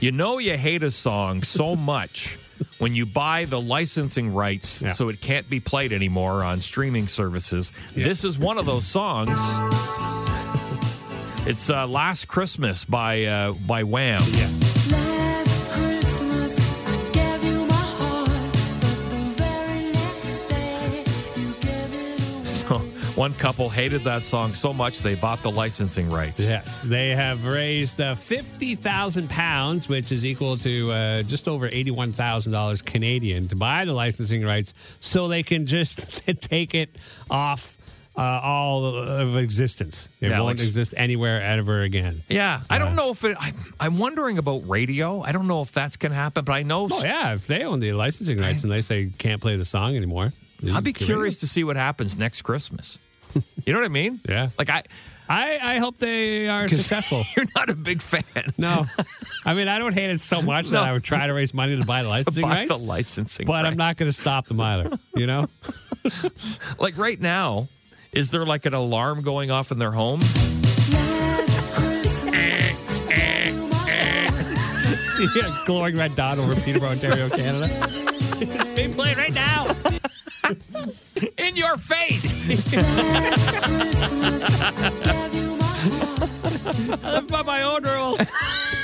You know you hate a song so much when you buy the licensing rights Yeah. so it can't be played anymore on streaming services. This is one of those songs. It's uh, Last Christmas by uh, by Wham. Last Christmas, I gave you my heart, but the very next day, you gave it away. One couple hated that song so much they bought the licensing rights. Yes, they have raised uh, fifty thousand pounds, which is equal to uh, just over eighty-one thousand dollars Canadian, to buy the licensing rights, so they can just take it off uh, all of existence. It Yeah, won't like- exist anywhere ever again. Yeah, I don't know if it. I, I'm wondering about radio. I don't know if that's going to happen, but I know. Oh yeah, if they own the licensing rights and they say you can't play the song anymore, I'd be Can we- curious to see what happens next Christmas. You know what I mean? Yeah. Like I, I, I hope they are successful. you're not a big fan. No, I mean I don't hate it so much No. that I would try to raise money to buy the To licensing buy the rights, licensing, but I'm right. not going to stop them either. You know. Like right now, is there like an alarm going off in their home? Last Christmas, I gave you my heart, yeah, glowing red dot over Peterborough, Ontario, Canada. it's being played right now. In your face! last Christmas, I gave you my heart. I live by my own rules.